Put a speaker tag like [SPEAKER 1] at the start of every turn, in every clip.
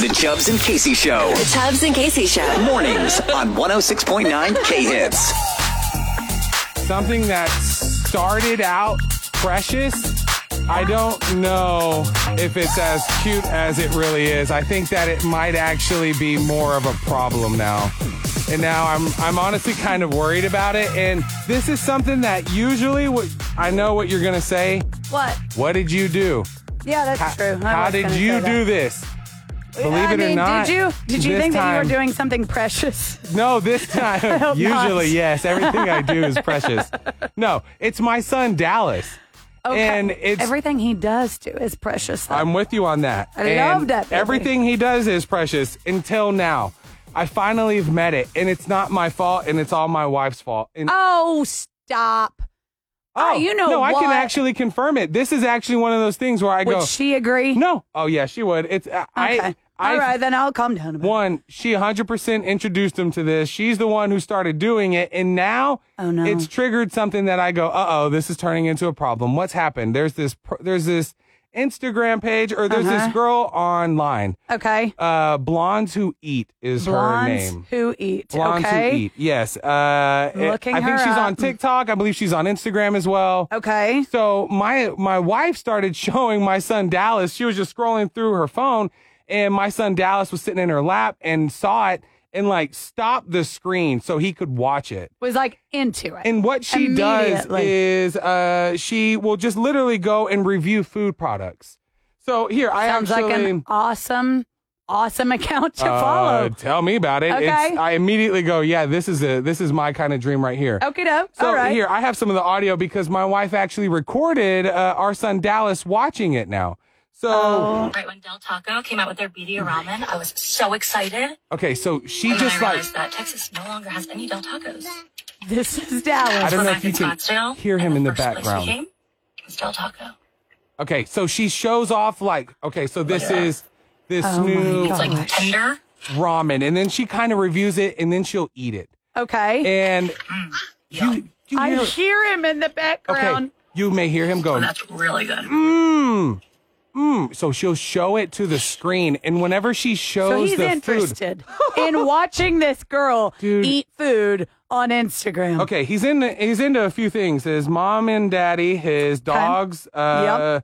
[SPEAKER 1] The Chubbs and Casey Show.
[SPEAKER 2] The Chubbs and Casey Show.
[SPEAKER 1] Mornings on 106.9 K Hits.
[SPEAKER 3] something that started out precious. I don't know if it's as cute as it really is. I think that it might actually be more of a problem now. And now I'm I'm honestly kind of worried about it. And this is something that usually would I know what you're gonna say.
[SPEAKER 4] What?
[SPEAKER 3] What did you do?
[SPEAKER 4] Yeah, that's true. I
[SPEAKER 3] How
[SPEAKER 4] was
[SPEAKER 3] did
[SPEAKER 4] gonna
[SPEAKER 3] you
[SPEAKER 4] say that.
[SPEAKER 3] do this? Believe
[SPEAKER 4] I
[SPEAKER 3] it
[SPEAKER 4] mean,
[SPEAKER 3] or not.
[SPEAKER 4] did you did you
[SPEAKER 3] this
[SPEAKER 4] think that you
[SPEAKER 3] time-
[SPEAKER 4] were doing something precious?
[SPEAKER 3] No, this time.
[SPEAKER 4] hope
[SPEAKER 3] Usually,
[SPEAKER 4] not.
[SPEAKER 3] yes. Everything I do is precious. No, it's my son Dallas. And it's
[SPEAKER 4] everything he does do is precious. though.
[SPEAKER 3] I'm with you on that.
[SPEAKER 4] I
[SPEAKER 3] And
[SPEAKER 4] love that baby.
[SPEAKER 3] Everything he does is precious until now. I finally have met it, and it's not my fault, and it's all my wife's fault. And,
[SPEAKER 4] oh, stop!
[SPEAKER 3] oh,
[SPEAKER 4] ah, you know
[SPEAKER 3] no, I can
[SPEAKER 4] what?
[SPEAKER 3] actually confirm it. This is actually one of those things where I
[SPEAKER 4] Would
[SPEAKER 3] go,
[SPEAKER 4] she agree?
[SPEAKER 3] no, oh yeah, she would. It's uh,
[SPEAKER 4] Okay.
[SPEAKER 3] I, I,
[SPEAKER 4] All right, then I'll calm down. About it.
[SPEAKER 3] one, she 100% introduced him to this. She's the one who started doing it. And now
[SPEAKER 4] Oh, no.
[SPEAKER 3] it's triggered something that I go, uh oh, this is turning into a problem. What's happened? There's this, pr- there's this Instagram page or there's
[SPEAKER 4] Uh-huh.
[SPEAKER 3] this girl online.
[SPEAKER 4] Okay.
[SPEAKER 3] Uh, Blondes Who Eat is
[SPEAKER 4] Blondes
[SPEAKER 3] her name.
[SPEAKER 4] who eat.
[SPEAKER 3] Blondes
[SPEAKER 4] okay.
[SPEAKER 3] Who Eat. Yes. Uh, it-
[SPEAKER 4] Looking
[SPEAKER 3] I think
[SPEAKER 4] her
[SPEAKER 3] she's on
[SPEAKER 4] up.
[SPEAKER 3] TikTok. I believe she's on Instagram as well.
[SPEAKER 4] Okay.
[SPEAKER 3] So my my wife started showing my son Dallas. She was just scrolling through her phone, and my son Dallas was sitting in her lap and saw it and like stopped the screen so he could watch it.
[SPEAKER 4] Was like into it.
[SPEAKER 3] And what she does
[SPEAKER 4] Immediately.
[SPEAKER 3] is uh, she will just literally go and review food products. So here I
[SPEAKER 4] Sounds
[SPEAKER 3] actually
[SPEAKER 4] like an awesome, awesome account to
[SPEAKER 3] uh,
[SPEAKER 4] follow.
[SPEAKER 3] tell me about it.
[SPEAKER 4] Okay.
[SPEAKER 3] It's, I immediately go, yeah, this is a this is my kind of dream right here.
[SPEAKER 4] Okay, doke.
[SPEAKER 3] So
[SPEAKER 4] All right.
[SPEAKER 3] here, I have some of the audio because my wife actually recorded uh, our son Dallas watching it now. So
[SPEAKER 4] Oh.
[SPEAKER 5] Right when Del Taco came out with their BD ramen, I was so excited.
[SPEAKER 3] okay, so she
[SPEAKER 5] And then
[SPEAKER 3] just
[SPEAKER 5] I
[SPEAKER 3] like
[SPEAKER 5] realized that Texas no longer has any Del Tacos.
[SPEAKER 4] This is
[SPEAKER 3] I
[SPEAKER 4] Dallas.
[SPEAKER 3] don't
[SPEAKER 5] We're
[SPEAKER 3] know
[SPEAKER 5] back
[SPEAKER 3] if you
[SPEAKER 5] in
[SPEAKER 3] can
[SPEAKER 5] Scottsdale,
[SPEAKER 3] hear him
[SPEAKER 5] and
[SPEAKER 3] in the
[SPEAKER 5] first place we
[SPEAKER 3] background.
[SPEAKER 5] came was Del Taco.
[SPEAKER 3] okay, so she shows off like okay, so this is this
[SPEAKER 4] Oh my
[SPEAKER 3] new
[SPEAKER 4] God.
[SPEAKER 5] It's like
[SPEAKER 4] Gosh.
[SPEAKER 5] tender.
[SPEAKER 3] ramen, and then she kind of reviews it, and then she'll eat it,
[SPEAKER 4] Okay.
[SPEAKER 3] and you you
[SPEAKER 4] Mm. I
[SPEAKER 3] hear,
[SPEAKER 4] hear him in the background.
[SPEAKER 3] okay, you may hear him go.
[SPEAKER 5] That's really good.
[SPEAKER 3] Mmm. Mmm. So she'll show it to the screen, and whenever she
[SPEAKER 4] Mm. So
[SPEAKER 3] shows
[SPEAKER 4] he's
[SPEAKER 3] the food,
[SPEAKER 4] interested in watching this girl
[SPEAKER 3] Dude.
[SPEAKER 4] eat food on Instagram.
[SPEAKER 3] okay, he's in. He's into a few things: his mom and daddy, his dogs, uh,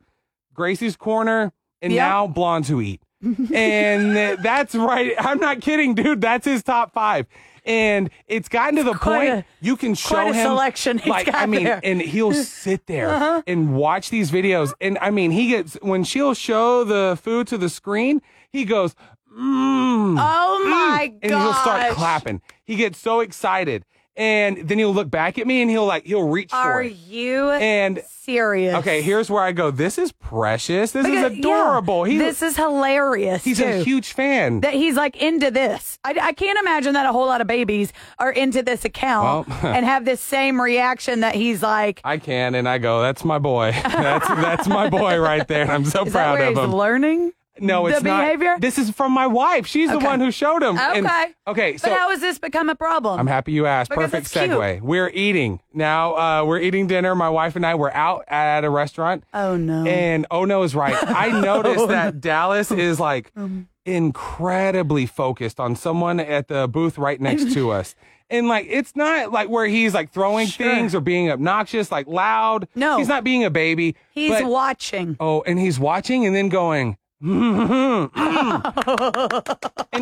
[SPEAKER 3] Gracie's corner, and
[SPEAKER 4] Yep.
[SPEAKER 3] now blondes who eat. and th- that's right. I'm not kidding, dude. That's his top five. And it's gotten to the
[SPEAKER 4] quite
[SPEAKER 3] point
[SPEAKER 4] a-
[SPEAKER 3] you can show
[SPEAKER 4] quite a
[SPEAKER 3] him
[SPEAKER 4] selection he's
[SPEAKER 3] like I
[SPEAKER 4] got
[SPEAKER 3] mean,
[SPEAKER 4] there. Uh-huh.
[SPEAKER 3] and he'll sit there and watch these videos. And I mean, he gets when she'll show the food to the screen, he goes, mmm.
[SPEAKER 4] Oh my god.
[SPEAKER 3] and he'll start clapping. He gets so excited. And then he'll look back at me and he'll like he'll reach for
[SPEAKER 4] Are
[SPEAKER 3] it.
[SPEAKER 4] you
[SPEAKER 3] And
[SPEAKER 4] serious?
[SPEAKER 3] okay, here's where I go. This is precious. This
[SPEAKER 4] Because-
[SPEAKER 3] is adorable.
[SPEAKER 4] Yeah,
[SPEAKER 3] He-
[SPEAKER 4] this is hilarious.
[SPEAKER 3] he's a
[SPEAKER 4] too,
[SPEAKER 3] huge fan.
[SPEAKER 4] that he's like into this. I, I can't imagine that a whole lot of babies are into this account
[SPEAKER 3] Well-
[SPEAKER 4] and have this same reaction that he's like.
[SPEAKER 3] I can, and I go. That's my boy. That's that's my boy right there. And I'm so
[SPEAKER 4] Is that
[SPEAKER 3] proud
[SPEAKER 4] where
[SPEAKER 3] of
[SPEAKER 4] he's
[SPEAKER 3] him.
[SPEAKER 4] learning?
[SPEAKER 3] no, it's
[SPEAKER 4] the
[SPEAKER 3] not.
[SPEAKER 4] behavior?
[SPEAKER 3] This is from my wife. She's the
[SPEAKER 4] Okay.
[SPEAKER 3] one who showed him.
[SPEAKER 4] Okay.
[SPEAKER 3] And- okay. So
[SPEAKER 4] but how has this become a problem?
[SPEAKER 3] I'm happy you asked.
[SPEAKER 4] Because
[SPEAKER 3] Perfect
[SPEAKER 4] it's cute.
[SPEAKER 3] segue. We're eating now. Uh, we're eating dinner. My wife and I were out at a restaurant.
[SPEAKER 4] Oh, no.
[SPEAKER 3] And oh no is right. I
[SPEAKER 4] Oh,
[SPEAKER 3] noticed that Dallas is like
[SPEAKER 4] Um.
[SPEAKER 3] incredibly focused on someone at the booth right next to us. And like it's not like where he's like throwing things or being obnoxious, like loud.
[SPEAKER 4] No.
[SPEAKER 3] he's not being a baby.
[SPEAKER 4] he's
[SPEAKER 3] but-
[SPEAKER 4] watching.
[SPEAKER 3] Oh, and he's watching and then going, and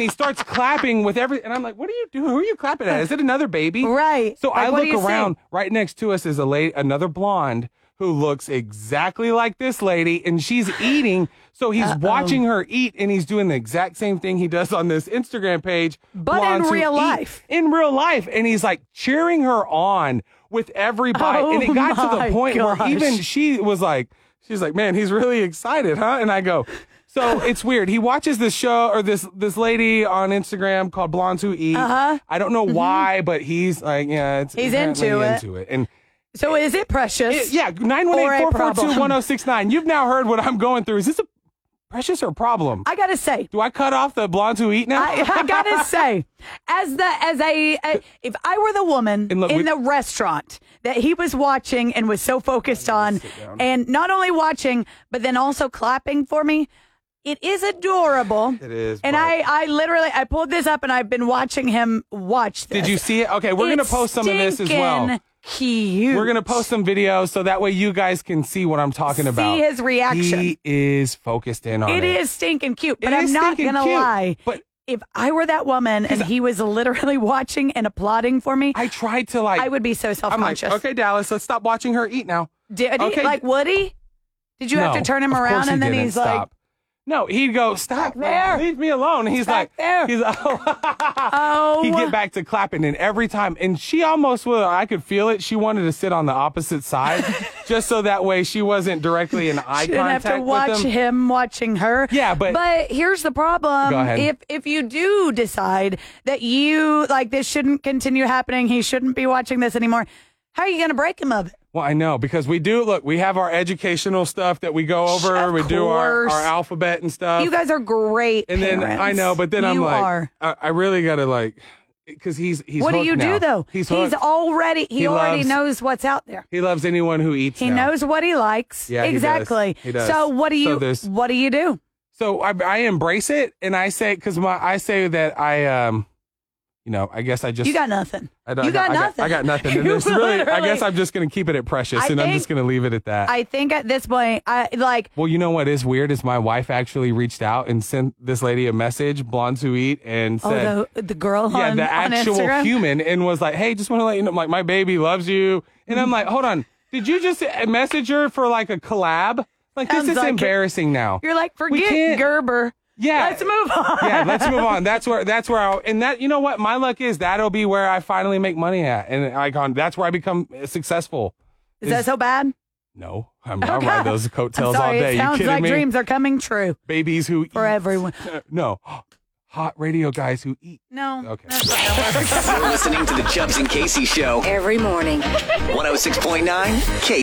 [SPEAKER 3] he starts clapping with every. And I'm like, "What are you doing? Who are you clapping at? Is it another baby?"
[SPEAKER 4] Right.
[SPEAKER 3] So
[SPEAKER 4] Like,
[SPEAKER 3] I
[SPEAKER 4] what do
[SPEAKER 3] look
[SPEAKER 4] you
[SPEAKER 3] around. Right next to us is a lady, another blonde who looks exactly like this lady, and she's eating. So he's watching her eat, and he's doing the exact same thing he does on this Instagram page.
[SPEAKER 4] in
[SPEAKER 3] Blondes Who
[SPEAKER 4] real
[SPEAKER 3] Eat,
[SPEAKER 4] life.
[SPEAKER 3] in real life, and he's like cheering her on with every bite.
[SPEAKER 4] Oh
[SPEAKER 3] and it got to
[SPEAKER 4] my
[SPEAKER 3] the point
[SPEAKER 4] gosh.
[SPEAKER 3] where even she was like, she's like, man, he's really excited, huh? And I go, so it's weird. He watches this show or this this lady on Instagram called Blondes Who Eat. Uh-huh. I don't know why, but he's like, yeah, it's
[SPEAKER 4] Mm-hmm. He's
[SPEAKER 3] apparently
[SPEAKER 4] into it.
[SPEAKER 3] Into it. And
[SPEAKER 4] So is it precious?
[SPEAKER 3] it, yeah, nine one eight four four two
[SPEAKER 4] problem.
[SPEAKER 3] one zero six nine. You've now heard what I'm going through. Is this a precious or a problem?
[SPEAKER 4] I gotta say,
[SPEAKER 3] Do I cut off the Blondes Who Eat now?
[SPEAKER 4] I, I gotta say, as the as a, a if I were the woman
[SPEAKER 3] And look,
[SPEAKER 4] in
[SPEAKER 3] we-
[SPEAKER 4] the restaurant that he was watching and was so focused on, and not only watching but then also clapping for me, It is adorable.
[SPEAKER 3] It is,
[SPEAKER 4] And
[SPEAKER 3] but-
[SPEAKER 4] I, I literally, I pulled this up and I've been watching him watch this.
[SPEAKER 3] Did you see it? Okay, we're going to
[SPEAKER 4] It's
[SPEAKER 3] post some of this as well.
[SPEAKER 4] stinking Cute.
[SPEAKER 3] We're going to post some videos so that way you guys can see what I'm talking
[SPEAKER 4] See
[SPEAKER 3] about.
[SPEAKER 4] his reaction.
[SPEAKER 3] He is focused in on it.
[SPEAKER 4] It is stinking cute, but
[SPEAKER 3] It
[SPEAKER 4] I'm
[SPEAKER 3] is
[SPEAKER 4] not
[SPEAKER 3] stinking
[SPEAKER 4] gonna
[SPEAKER 3] cute,
[SPEAKER 4] lie.
[SPEAKER 3] but-
[SPEAKER 4] if I were that woman and he was literally watching and applauding for me, I,
[SPEAKER 3] I tried to like.
[SPEAKER 4] would be so
[SPEAKER 3] I'm like,
[SPEAKER 4] self-conscious.
[SPEAKER 3] okay, Dallas, let's stop watching her eat now.
[SPEAKER 4] Did he,
[SPEAKER 3] okay.
[SPEAKER 4] like Woody? Did you have to
[SPEAKER 3] No,
[SPEAKER 4] turn him
[SPEAKER 3] of course
[SPEAKER 4] around
[SPEAKER 3] he
[SPEAKER 4] and then
[SPEAKER 3] didn't
[SPEAKER 4] he's
[SPEAKER 3] stop. No, he'd go, stop
[SPEAKER 4] there.
[SPEAKER 3] Leave me alone. He's
[SPEAKER 4] Stop
[SPEAKER 3] like,
[SPEAKER 4] there.
[SPEAKER 3] He's, oh,
[SPEAKER 4] like, oh,
[SPEAKER 3] he'd get back to clapping. And every time, and she almost will, I could feel it. She wanted to sit on the opposite side just so that way she wasn't directly in eye
[SPEAKER 4] she didn't have
[SPEAKER 3] contact
[SPEAKER 4] to watch
[SPEAKER 3] with him.
[SPEAKER 4] him watching her.
[SPEAKER 3] Yeah, but-
[SPEAKER 4] but here's the problem:
[SPEAKER 3] Go ahead.
[SPEAKER 4] if if you do decide that you like this shouldn't continue happening, he shouldn't be watching this anymore. How are you gonna break him of it?
[SPEAKER 3] Well, I know because we do look. We have our educational stuff that we go over.
[SPEAKER 4] Of
[SPEAKER 3] we do our,
[SPEAKER 4] course.
[SPEAKER 3] our alphabet and stuff.
[SPEAKER 4] You guys are great.
[SPEAKER 3] and then I
[SPEAKER 4] parents.
[SPEAKER 3] know, but then I'm
[SPEAKER 4] You
[SPEAKER 3] like,
[SPEAKER 4] are.
[SPEAKER 3] I, I really gotta like, because he's he's.
[SPEAKER 4] what do
[SPEAKER 3] hooked
[SPEAKER 4] you
[SPEAKER 3] now.
[SPEAKER 4] do though?
[SPEAKER 3] He's hooked.
[SPEAKER 4] already he,
[SPEAKER 3] He
[SPEAKER 4] already
[SPEAKER 3] loves-
[SPEAKER 4] knows what's out there.
[SPEAKER 3] he loves anyone who eats.
[SPEAKER 4] He
[SPEAKER 3] now.
[SPEAKER 4] knows what he likes.
[SPEAKER 3] Yeah, he does.
[SPEAKER 4] exactly.
[SPEAKER 3] He does.
[SPEAKER 4] So what do
[SPEAKER 3] So
[SPEAKER 4] you
[SPEAKER 3] there's-
[SPEAKER 4] what do you do?
[SPEAKER 3] So I, I embrace it, and I say because my I say that I um, you know, I guess I just
[SPEAKER 4] You got nothing.
[SPEAKER 3] I don't-
[SPEAKER 4] you
[SPEAKER 3] I got, I got,
[SPEAKER 4] nothing.
[SPEAKER 3] I got nothing. And
[SPEAKER 4] You
[SPEAKER 3] it's really, I guess
[SPEAKER 4] literally-
[SPEAKER 3] I'm just gonna keep it at precious,
[SPEAKER 4] I
[SPEAKER 3] and I'm
[SPEAKER 4] think-
[SPEAKER 3] just gonna leave it at that.
[SPEAKER 4] I think at this point, I like
[SPEAKER 3] Well, you know what is weird is my wife actually reached out and sent this lady a message, blondes who eat, and
[SPEAKER 4] oh
[SPEAKER 3] said,
[SPEAKER 4] the the girl
[SPEAKER 3] yeah,
[SPEAKER 4] on,
[SPEAKER 3] the
[SPEAKER 4] on
[SPEAKER 3] actual
[SPEAKER 4] Instagram.
[SPEAKER 3] human, and was like, hey, just want to let you know, like my baby loves you, and I'm like, hold on, did you just message her for like a collab? Like this
[SPEAKER 4] Sounds
[SPEAKER 3] is
[SPEAKER 4] like it.
[SPEAKER 3] embarrassing now.
[SPEAKER 4] You're like
[SPEAKER 3] can't-
[SPEAKER 4] forget Gerber.
[SPEAKER 3] Yeah.
[SPEAKER 4] let's move on.
[SPEAKER 3] yeah, let's move on. That's where that's where I and that you know what my luck is that'll be where I finally make money at, and I con that's where I become successful.
[SPEAKER 4] Is that so bad?
[SPEAKER 3] No, I'm, I ride those coattails
[SPEAKER 4] I'm sorry,
[SPEAKER 3] all day.
[SPEAKER 4] It
[SPEAKER 3] you
[SPEAKER 4] sounds
[SPEAKER 3] kidding
[SPEAKER 4] like
[SPEAKER 3] me?
[SPEAKER 4] dreams are coming true
[SPEAKER 3] Babies who
[SPEAKER 4] for
[SPEAKER 3] eat.
[SPEAKER 4] everyone.
[SPEAKER 3] No, hot radio guys who eat.
[SPEAKER 4] No.
[SPEAKER 3] Okay.
[SPEAKER 4] that's not gonna work.
[SPEAKER 1] You're listening to the Chubbs and Casey Show.
[SPEAKER 2] Every morning.
[SPEAKER 1] 106.9 K.